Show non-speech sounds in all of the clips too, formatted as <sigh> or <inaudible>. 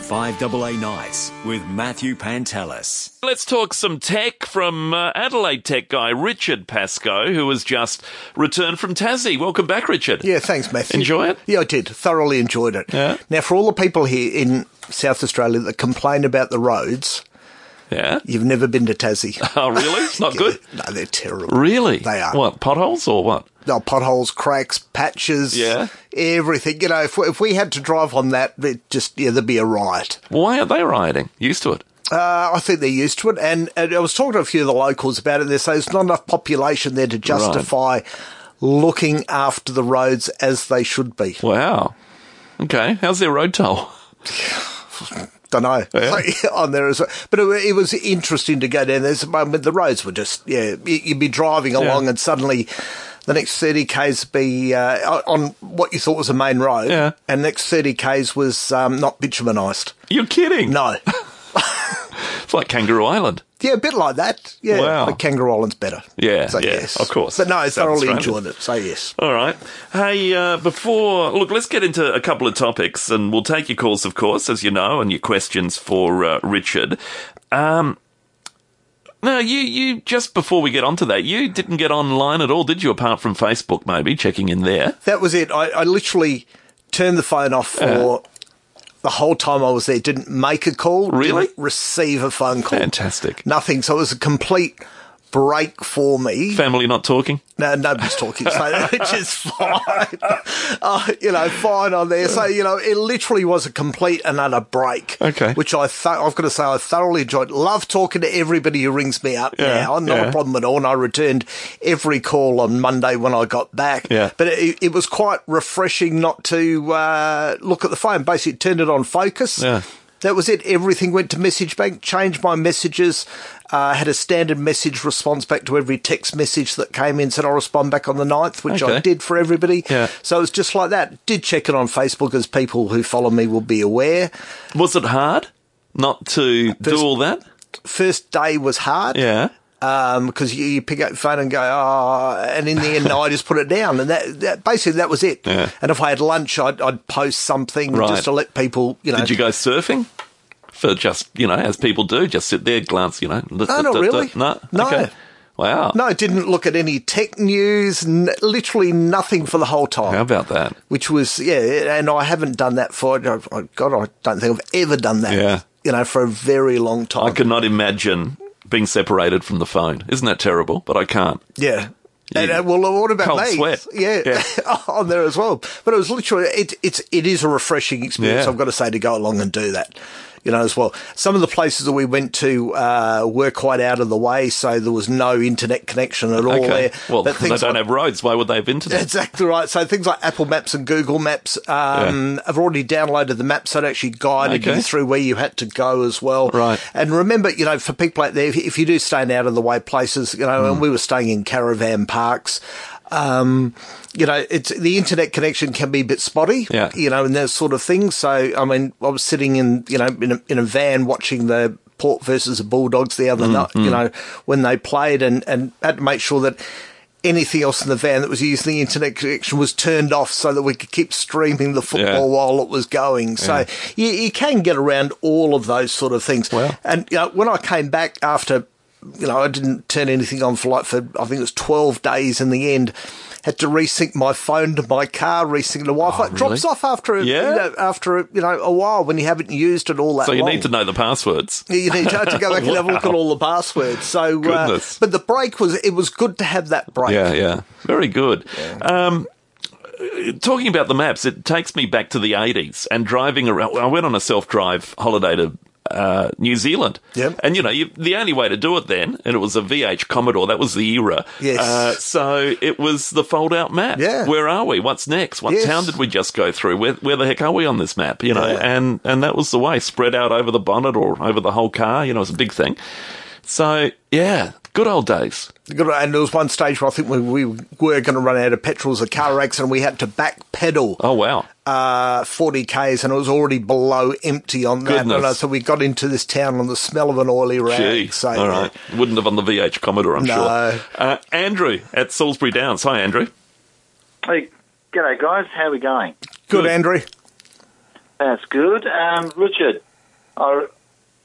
5AA Nights with Matthew Pantelis. Let's talk some tech from uh, Adelaide tech guy Richard Pascoe, who has just returned from Tassie. Welcome back, Richard. Yeah, thanks, Matthew. Enjoy it? Yeah, I did. Thoroughly enjoyed it. Yeah. Now, for all the people here in South Australia that complain about the roads, Yeah. you've never been <laughs> to Tassie. Oh, really? It's not good. no, they're terrible. Really? They are. What, potholes or what? No, potholes, cracks, patches, Yeah. everything. You know, if we, if we had to drive on that, it just yeah, there'd be a riot. Why are they rioting? Used to it. Uh, I think they're used to it. And, and I was talking to a few of the locals about it. They say there's not enough population there to justify looking after the roads as they should be. Wow. Okay. How's their road toll? <laughs> Don't know Oh, Yeah. <laughs> on there as well. But it, wa- it was interesting to go down there. There's a moment the roads were just yeah. you- You'd be driving along and suddenly. The next thirty k's be uh, on what you thought was the main road, Yeah. and next thirty k's was um, not bituminized. You're kidding. <laughs> No, It's like Kangaroo Island. yeah, a bit like that. Yeah, Wow. but Kangaroo Island's better. Yeah, so yeah, yes, of course. But no, I South thoroughly Australia. enjoyed it. So yes, All right. Hey, uh, before look, let's get into a couple of topics, and we'll take your calls, of course, as you know, and your questions for uh, Richard. Um, now, you you just before we get onto that, you didn't get online at all, did you? Apart from Facebook, maybe checking in there. that was it. I, I literally turned the phone off Uh-huh. for the whole time I was there. Didn't make a call. Really? Didn't receive a phone call. Fantastic. Nothing. So it was a complete break for me. Family not talking. No, nobody's talking, so <laughs> which is fine. <laughs> Uh, you know, fine on there. So you know, it literally was a complete and utter break. Okay. which I th- I've got to say I thoroughly enjoyed. Love talking to everybody who rings me up Yeah, now. Not yeah. a problem at all. And I returned every call on Monday when I got back. Yeah. but it, it was quite refreshing not to uh, look at the phone. Basically, turned it on focus. Yeah. That was it. Everything went to message bank, changed my messages, uh, had a standard message response back to every text message that came in, said I'll respond back on the 9th, which Okay. I did for everybody. Yeah. So it was just like that. Did check it on Facebook, as people who follow me will be aware. Was it hard not to do There's- all that? First day was hard. Yeah. because you, you pick up your phone and go, oh, and in the end, no, I just put it down. And that, that basically, that was it. Yeah. And if I had lunch, I'd, I'd post something Right. just to let people, you know. Did you go surfing? For just you know, as people do, just sit there, glance. You know, no, not really. No, No. Okay. Wow. no, didn't look at any tech news, n- literally nothing for the whole time. How about that? which was yeah, and I haven't done that for I- I- God, I don't think I've ever done that. Yeah. you know, for a very long time. I could not imagine being separated from the phone. Isn't that terrible? But I can't. yeah. You- And, uh, well, what about Cold me? sweat. Yeah, <laughs> on there as well. But it was literally it, it's it is a refreshing experience. Yeah. I've got to say to go along and do that, you know, as well. Some of the places that we went to uh, were quite out of the way, so there was no internet connection at all Okay. there. Well, But <laughs> they things don't like- have roads. Why would they have internet? Exactly right. So things like Apple Maps and Google Maps, um, I've already downloaded the maps that actually guided Okay. you through where you had to go as well. Right. And remember, you know, for people out there, if, if you do stay in out of the way places, you know, and we were staying in caravan parks. Um, you know, it's the internet connection can be a bit spotty, Yeah. you know, and those sort of things. So, I mean, I was sitting in, you know, in a, in a van watching the Port versus the Bulldogs the other night, you know, when they played and, and had to make sure that anything else in the van that was using the internet connection was turned off so that we could keep streaming the football while it was going. So you, you can get around all of those sort of things. Wow. And you know, when I came back after, you know, I didn't turn anything on for like for I think it was twelve days in the end. Had to resync my phone to my car, resync the Wi-Fi. It drops Oh, really? off after a, Yeah. you know, after a, you know a while when you haven't used it all that. So you long. need to know the passwords. Yeah, you need to, to go back and have a look <laughs> at Wow. all the passwords. So, uh, Goodness. but the break was it was good to have that break. Yeah, yeah. Very good. Um, talking about the maps, it takes me back to the 80s and driving around. I went on a self drive holiday to. Uh, New Zealand, Yep. and you know you, the only way to do it then, and it was a VH Commodore. That was the era. Yes. Uh, so it was the fold-out map. Yeah. Where are we? What's next? What Yes. town did we just go through? Where, where the heck are we on this map? You know, and and that was the way spread out over the bonnet or over the whole car. You know, it was a big thing. So yeah, good old days. Good, And there was one stage where I think we, we were going to run out of petrol as a car accident. We had to backpedal Oh wow. uh, 40 Ks and it was already below empty on that. Goodness. And I- so we got into this town on the smell of an oily rag. Gee, So, all right. Wouldn't have on the VH Commodore, I'm No. sure. Uh, Andrew at Salisbury Downs. Hi, Andrew. Hey, g'day guys. How are we going? Good, Good. Andrew. That's good. Um, Richard, I,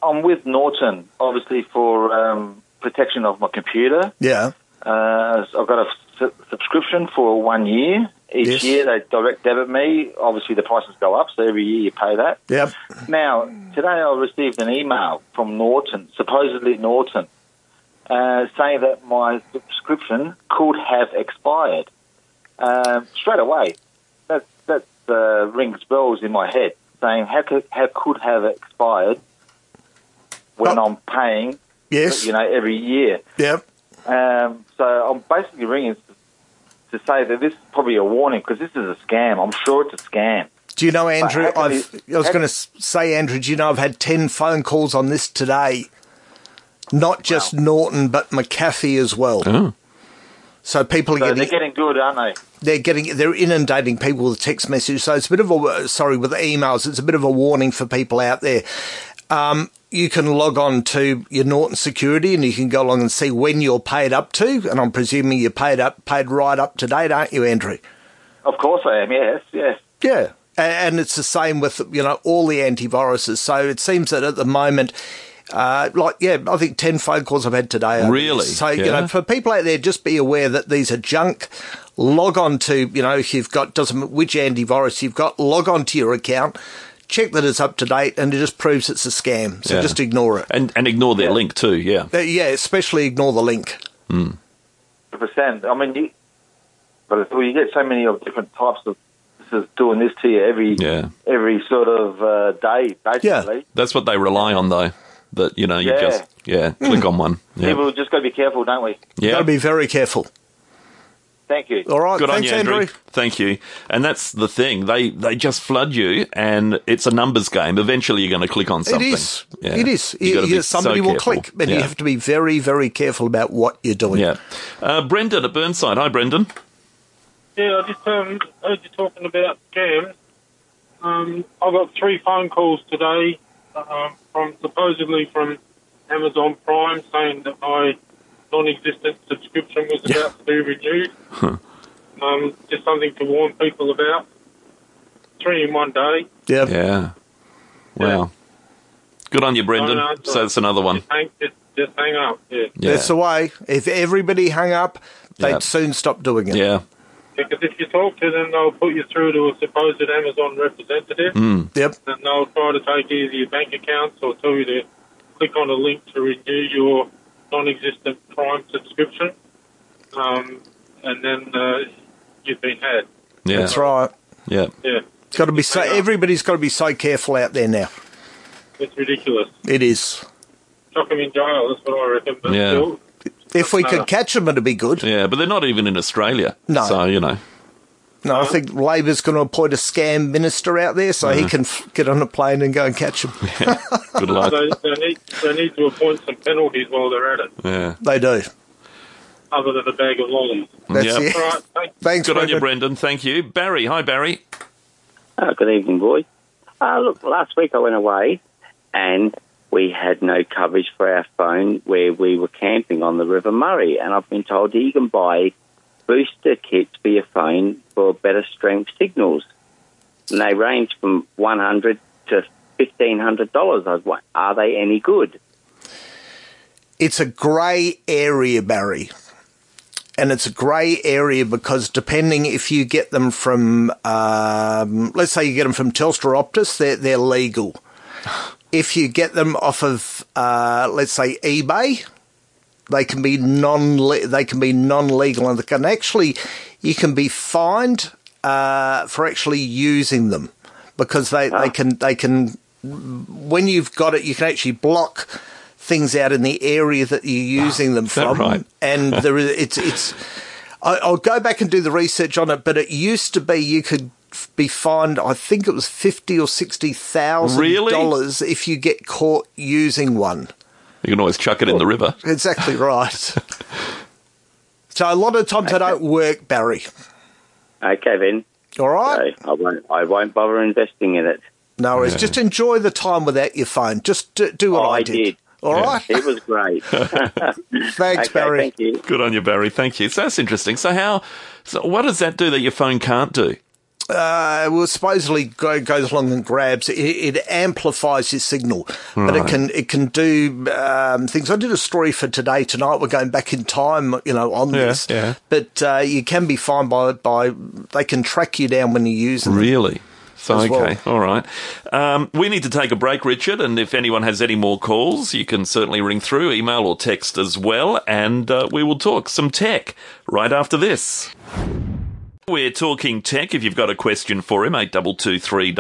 I'm with Norton, obviously, for um, protection of my computer. Yeah. Uh, so I've got a su- subscription for one year. Each Yes. year they direct debit me. Obviously, the prices go up, so every year you pay that. Yep. Now, today I received an email from Norton, supposedly Norton, uh, saying that my subscription could have expired um, straight away. That, that uh, rings bells in my head, saying how could, how could have expired when Oh. I'm paying, Yes. you know, every year. Yep. Um, so I'm basically ringing to say that this is probably a warning because this is a scam. I'm sure it's a scam. Do you know, Andrew? how can I've, you- I was how- going to say, Andrew. Do you know I've had ten phone calls on this today? Not just Norton, but McAfee as well. Oh. So people are So getting they're getting good, aren't they? they're getting they're inundating people with text messages. So it's a bit of a sorry with emails. It's a bit of a warning for people out there. Um, you can log on to your Norton Security and you can go along and see when you're paid up to. And I'm presuming you're paid up paid right up to date, aren't you, Andrew? Of course I am. Yes, yes. Yeah. A- And it's the same with, you know, all the antiviruses. So it seems that at the moment, uh, like, yeah, I think 10 phone calls I've had today. are- Really? So, you Yeah. know, for people out there, just be aware that these are junk. Log on to, you know, if you've got, doesn't matter which antivirus you've got, log on to your account, check that it's up to date, and it just proves it's a scam. So Yeah. just ignore it. And and ignore their link too. Yeah. Uh, yeah, especially ignore the link. percent. I mean, you, but it's- well, you get so many of different types of this is doing this to you every Yeah. every sort of uh, day, basically. That's what they rely on though. That you know you Yeah. just yeah click on one. Yeah. People just got to be careful, don't we? Yeah. Got to Hmm. be very careful. Thank you. All right. Good thanks, on you, Andrew. Andrew. Thank you. And that's the thing. They they just flood you, and it's a numbers game. Eventually, you're going to click on something. It is. Yeah. It is. You gotta You- be so somebody will careful. click, but yeah. you have to be very, very careful about what you're doing. Yeah. Uh, Brendan at Burnside. Hi, Brendan. Yeah, I just um, heard you talking about scams. Um, I got three phone calls today um, from supposedly from Amazon Prime saying that my non-existent subscription was about to be renewed. Um, just something to warn people about. Three in one day. Yep. Yeah. Wow. Good on you, Brendan. No, no, so that's another one. Just hang, just, just hang up. Yeah. Yeah. That's the way. If everybody hung up, they'd Yeah. soon stop doing it. yeah. Because if you talk to them, they'll put you through to a supposed Amazon representative. Yep. and they'll try to take either your bank accounts or tell you to click on a link to renew your non-existent Prime subscription, um, and then uh, you've been had. Yeah. That's right. Yeah. Yeah, Got to be so. hang up. Everybody's got to be so careful out there now. it's ridiculous. It is. Chuck them in jail. That's what I reckon. But Yeah. still, If we could No. catch them, it'd be good. Yeah. But they're not even in Australia. No. So you know. No, I think Labor's going to appoint a scam minister out there so Mm-hmm. he can f- get on a plane and go and catch them. Good luck. they, they need they need to appoint some penalties while they're at it, yeah. They do. other than a bag of lollies. That's Yep. it. All right, thanks. Thanks, Good on you, Brendan. Brendan. Thank you, Barry. Hi, Barry. Oh, good evening, boys. Uh, look, last week I went away and we had no coverage for our phone where we were camping on the River Murray. And I've been told that you can buy booster kits for your phone for better strength signals. And they range from 100 to $1,500. I was like, are they any good? it's a grey area, Barry. And it's a grey area because depending if you get them from, um, let's say you get them from Telstra or Optus, they're, they're legal. If you get them off of, uh, let's say eBay, they can be non they can be non legal and they can actually you can be fined uh, for actually using them because they, Ah. they can they can when you've got it, you can actually block things out in the area that you're using them Ah, that from. right? <laughs> And there is, it's it's. I, I'll go back and do the research on it, but it used to be you could f- be fined. I think it was fifty or sixty thousand Really? dollars if you get caught using one. You can always chuck it in the river. Exactly right. so a lot of times they don't work, Barry. Okay, then. All right. So I won't, I won't bother investing in it. No worries. Just enjoy the time without your phone. Just do, do what Oh, I, I did. did. All right. <laughs> It was great. Thanks, okay, Barry. thank you. Good on you, Barry. Thank you. So that's interesting. So how? So what does that do that your phone can't do? uh, well, supposedly go, goes along and grabs. It, it amplifies your signal, but it can it can do um, things. I did a story for today tonight. We're going back in time, you know, on Yeah, this. yeah. But uh, you can be fined by by they can track you down when you use them. Really? So, As well. okay, all right. Um, we need to take a break, Richard, and if anyone has any more calls, you can certainly ring through, email, or text as well, and uh, we will talk some tech right after this. We're talking tech. If you've got a question for him, 82230000.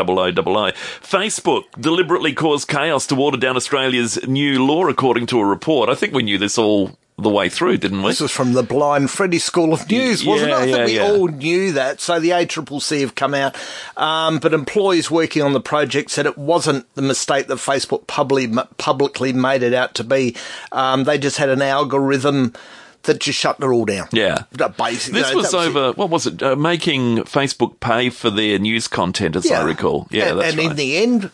Facebook deliberately caused chaos to water down Australia's new law, according to a report. I think we knew this all the way through, didn't we? This was from the Blind Freddy School of News, wasn't Yeah, it? I think yeah, we yeah. all knew that. So the ACCC have come out, um, but employees working on the project said it wasn't the mistake that Facebook publicly, publicly made it out to be. Um, they just had an algorithm that just shut it all down. Yeah. That basic- This that- was that it. over. What was it? Uh, making Facebook pay for their news content, as I recall. Yeah, and, that's and right. in the end,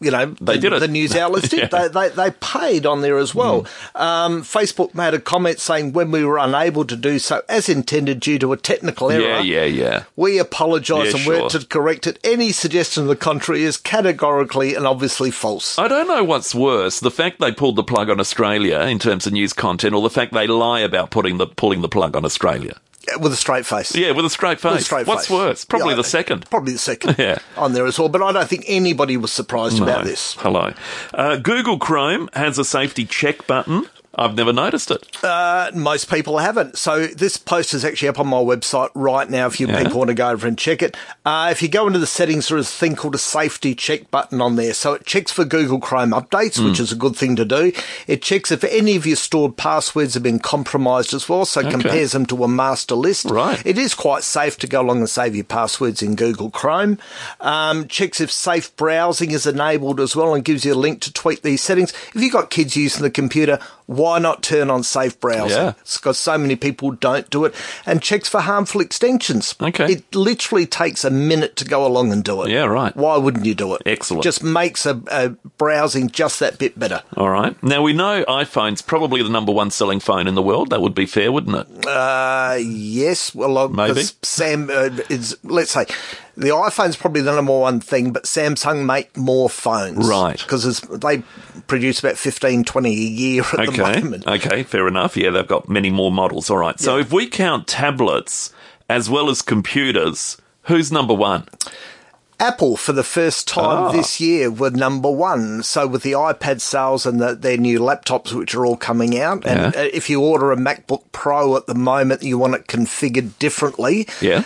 you know, They the, did it. the <laughs> news outlets did. Yeah. Hmm. they, they they paid on there as well. Um, Facebook made a comment saying when we were unable to do so as intended due to a technical yeah, error. yeah, yeah. We apologise Yeah, and sure. work to correct it. Any suggestion of the contrary is categorically and obviously false. I don't know what's worse: the fact they pulled the plug on Australia in terms of news content, or the fact they lie about putting the pulling the plug on Australia. With a straight face. Yeah, with a straight face. With a straight what's face. worse? Probably Yeah, the I- second. Probably the second <laughs> Yeah. on there as well. But I don't think anybody was surprised about No. this. Hello. Uh, Google Chrome has a safety check button. I've never noticed <laughs> it. Uh, most people haven't. So this post is actually up on my website right now if you Yeah. people want to go over and check it. Uh, if you go into the settings, there is a thing called a safety check button on there. So it checks for Google Chrome updates, Hmm. which is a good thing to do. It checks if any of your stored passwords have been compromised as well. So it compares them to a master list. Right. It is quite safe to go along and save your passwords in Google Chrome. Um, checks if safe browsing is enabled as well and gives you a link to tweak these settings. If you've got kids using the computer, why not turn on safe browsing? Yeah. It's because so many people don't do it. And checks for harmful extensions. Okay. It literally takes a minute to go along and do it. Yeah, right. Why wouldn't you do it? Excellent. Just makes a, a browsing just that bit better. All right. Now we know iPhone's probably the number one selling phone in the world. That would be fair, wouldn't it? Uh, yes, well, uh, Maybe. because Sam uh, is. Let's say the iPhone's probably the number one thing, but Samsung make more phones, Right. Because they produce about 15, 20 a year at Okay. Uh, the moment. Okay, fair enough. Yeah, they've got many more models. All right. So if we count tablets as well as computers, who's number one? Apple, for the first time Ah. this year, were number one. So with the iPad sales and the, their new laptops, which are all coming out, and Yeah. uh, if you order a MacBook Pro at the moment, you want it configured differently. Yeah.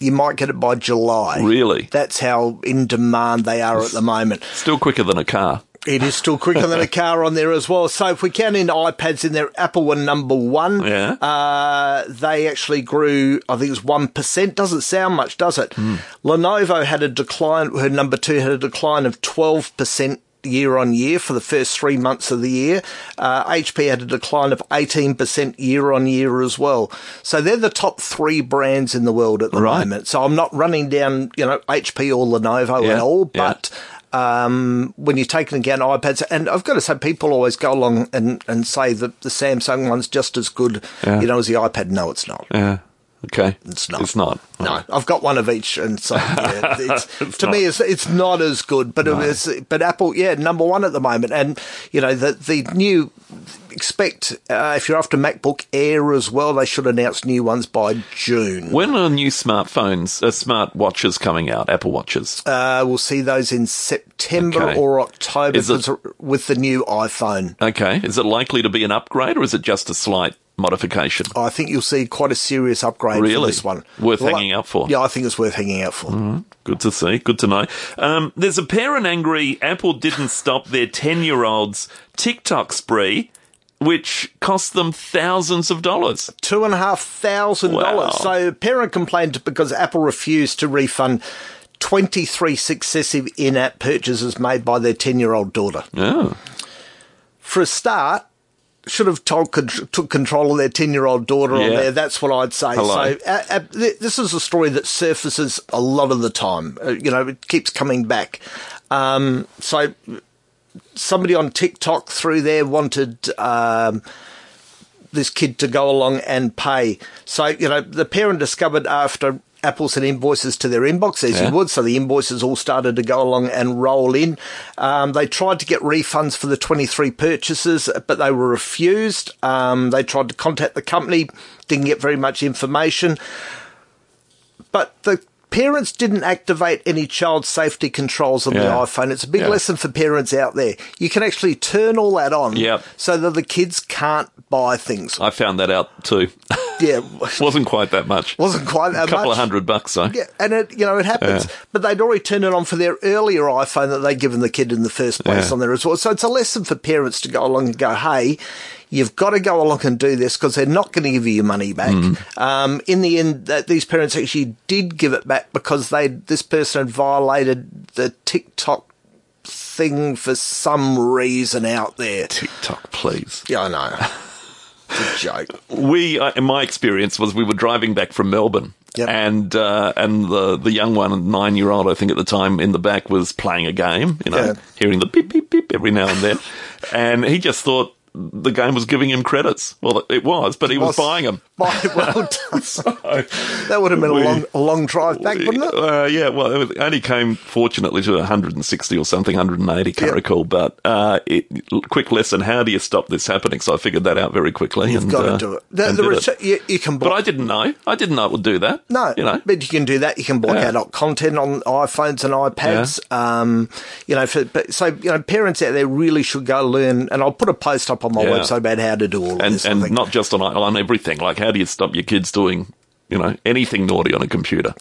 You might get it by July. Really? That's how in demand they are at the moment. Still quicker than a car. It is still <laughs> quicker than a car on there as well. So if we count in iPads in there, Apple were number one. Yeah. Uh, they actually grew, I think it was 1%. Doesn't sound much, does it? Hmm. Lenovo had a decline, her number two had a decline of 12%. Year on year for the first three months of the year. Uh, HP had a decline of 18% year on year as well. So they're the top three brands in the world at the Right. moment. So I'm not running down, you know, HP or Lenovo Yeah, at all, yeah. but um, when you take into account iPads, and I've got to say, people always go along and, and say that the Samsung one's just as good, Yeah. you know, as the iPad. No, it's not. Yeah. Okay. Uh, It's not. It's not. No, I've got one of each, and <laughs> so yeah, it's, to me, it's, it's not as good. But it was, but Apple, yeah, number one at the moment, and you know the the new expect uh, if you're after MacBook Air as well, they should announce new ones by June. When are new smartphones, uh, smart watches coming out? Apple watches. Uh, we'll see those in September Okay. or October Is it- 'cause with the new iPhone. Okay. Is it likely to be an upgrade or is it just a slight modification? I think you'll see quite a serious upgrade Really? for this one. Worth Well, hanging out for. Mm. Yeah, I think it's worth hanging out for. Good to see. Good to know. Um, there's a parent angry Apple didn't stop their 10 year old's TikTok spree, which cost them thousands of dollars. Two and a half thousand Wow. dollars. So parent complained because Apple refused to refund 23 successive in-app purchases made by their 10-year-old daughter. Oh. For a start, should have told con- took control of their 10-year-old daughter on Yeah. there. That's what I'd say. Hello. So uh, uh, th- this is a story that surfaces a lot of the time. Uh, you know, it keeps coming back. Um, so somebody on TikTok through there wanted um, this kid to go along and pay. So, you know, the parent discovered after Apple sent invoices to their inbox as you would. So the invoices all started to go along and roll in. Um, they tried to get refunds for the 23 purchases, but they were refused. Um, they tried to contact the company, didn't get very much information but the parents didn't activate any child safety controls on the Yeah. iPhone. It's a big Yeah. lesson for parents out there. You can actually turn all that on Yep. Uh, so that the kids can't buy things. I found that out too. <laughs> yeah. Wasn't quite that much. Wasn't quite that a couple much. of hundred bucks, though. Yeah, and it you know it happens, Yeah. but they'd already turned it on for their earlier iPhone that they'd given the kid in the first place Yeah. on there as well. So it's a lesson for parents to go along and go, hey, you've got to go along and do this because they're not going to give you your money back. Mm-hmm. Um, in the end, that these parents actually did give it back because they this person had violated the TikTok thing for some reason out there. TikTok, please. Yeah, I know. It's <laughs> a joke. we, uh, in my experience, was we were driving back from Melbourne, Yep. and uh, and the the young one, nine year old, I think at the time, in the back was playing a game. You know, Yeah. hearing the beep beep beep every now and then, <laughs> and he just thought the game was giving him credits. Well, it was, but he was, buying them. Buy- <laughs> well done. that would have been a we- long, a long drive back, wouldn't it? Uh, yeah, well, it was- it only came fortunately to 160 or something, 180, can't Yeah. recall. But uh, it, quick lesson: how do you stop this happening? So I figured that out very quickly. You've and, got uh, to do it. The, and the did it. retu- You, you can But I block. didn't know. I didn't know it would do that. no, you know. but you can do that. You can block Yeah. adult content on iPhones and iPads. Um, you know, for, but so you know, parents out there really should go learn. And I'll put a post up on my Yeah. website about how to do all of and this. I and think. not just on on everything. Like, how do you stop your kids doing you know anything naughty on a computer?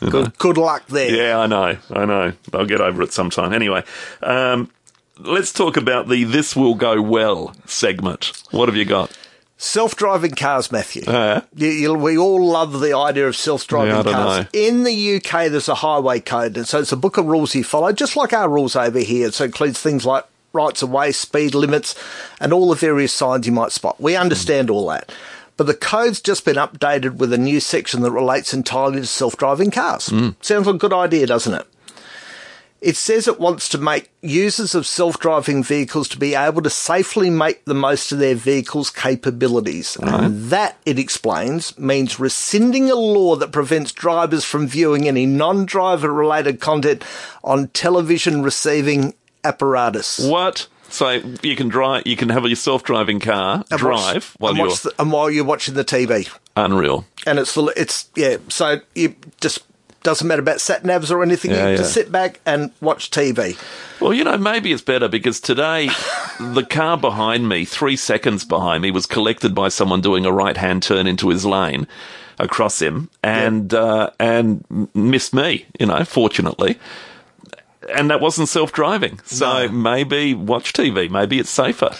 You know? good, good luck there. Yeah, I know, I know. I'll get over it sometime. Anyway, um, let's talk about the "This will go well" segment. What have you got? Self-driving cars, Matthew. Uh, You, you, we all love the idea of Yeah, I self-driving don't know. cars. In the UK, there's a highway code, and so it's a book of rules you follow, just like our rules over here. So it includes things like rights of way, speed limits, and all the various signs you might spot. We understand all that. But the code's just been updated with a new section that relates entirely to self-driving cars. Mm. Sounds like a good idea, doesn't it? It says it wants to make users of self driving vehicles to be able to safely make the most of their vehicle's capabilities. And that, it explains, means rescinding a law that prevents drivers from viewing any non driver related content on television receiving apparatus. what? So you can drive. You can have a self-driving car And watch- drive while and you're watch the- and while you're watching the TV. unreal. and it's the it's yeah. So you just doesn't matter about sat navs or anything. Yeah, you yeah. just sit back and watch TV. Well, you know, maybe it's better because today the car behind me, three seconds behind me, was collected by someone doing a right hand turn into his lane across him and uh, and m- missed me. You know, fortunately. And that wasn't self driving. So maybe watch TV. Maybe it's safer.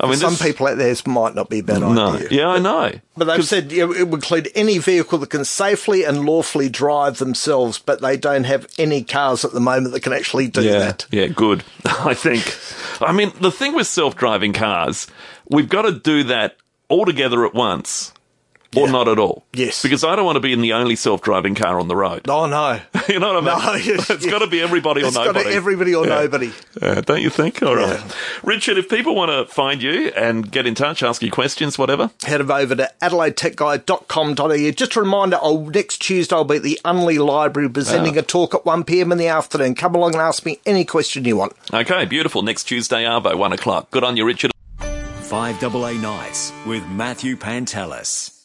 I mean, Some this- people out there this might not be a bad No. idea. Yeah, I know. But they've said you know, it would include any vehicle that can safely and lawfully drive themselves, but they don't have any cars at the moment that can actually do yeah, that. Yeah, good. <laughs> I think. I mean, the thing with self-driving cars, we've got to do that all together at once, or not at all. Yes. because I don't want to be in the only self-driving car on the road. Oh no! <laughs> You know what I No, <laughs> mean? yes, it's yes. got to be everybody or It's got nobody. to everybody or Yeah. nobody. Uh, don't you think? All right, Richard. If people want to find you and get in touch, ask you questions, whatever. head of over to adelaidetechguide.com.au. Just a reminder, oh, next Tuesday I'll be at the Unley Library Ah. presenting a talk at 1pm in the afternoon. Come along and ask me any question you want. Okay, beautiful. Next Tuesday, Arvo, one o'clock. Good on you, Richard. 5AA Nights with Matthew Pantelis.